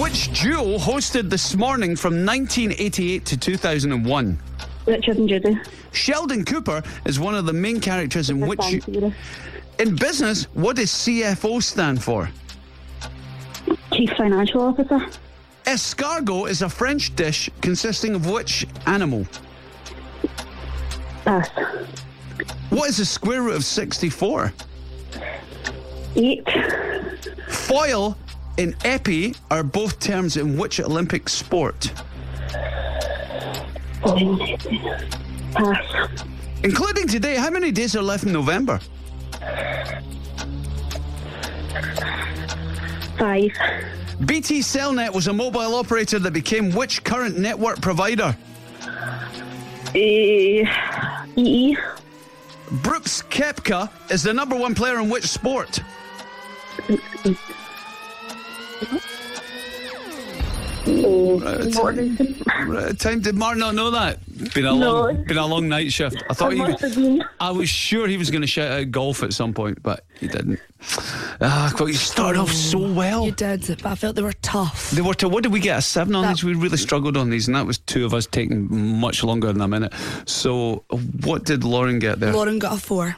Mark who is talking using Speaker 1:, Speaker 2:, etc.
Speaker 1: Which duo hosted This Morning from 1988 to 2001?
Speaker 2: Richard and Judy.
Speaker 1: Sheldon Cooper is one of the main characters in which.
Speaker 2: Thank you.
Speaker 1: In business, what does CFO stand for?
Speaker 2: Chief Financial Officer.
Speaker 1: Escargot is a French dish consisting of which animal?
Speaker 2: Pass.
Speaker 1: What is the square root of 64?
Speaker 2: Eight.
Speaker 1: Foil and epi are both terms in which Olympic sport?
Speaker 2: Nine. Pass.
Speaker 1: Including today, how many days are left in November?
Speaker 2: Five.
Speaker 1: BT Cellnet was a mobile operator that became which current network provider?
Speaker 2: E. E.
Speaker 1: Brooks Kepka is the number one player in which sport? Uh, time did Martin not know that? Been a
Speaker 2: No.
Speaker 1: long, been a long night shift. I thought
Speaker 2: I
Speaker 1: he.
Speaker 2: must have been.
Speaker 1: I was sure he was going to shout out golf at some point, but he didn't. Ah, quite. You started off so
Speaker 2: Mm.
Speaker 1: well.
Speaker 3: You did, but I felt they were tough.
Speaker 1: They were to what did we get? A seven on
Speaker 3: That-
Speaker 1: these? We really struggled on these, and that was two of us taking much longer than a minute. So, what did Lauren get there?
Speaker 3: Lauren got a four.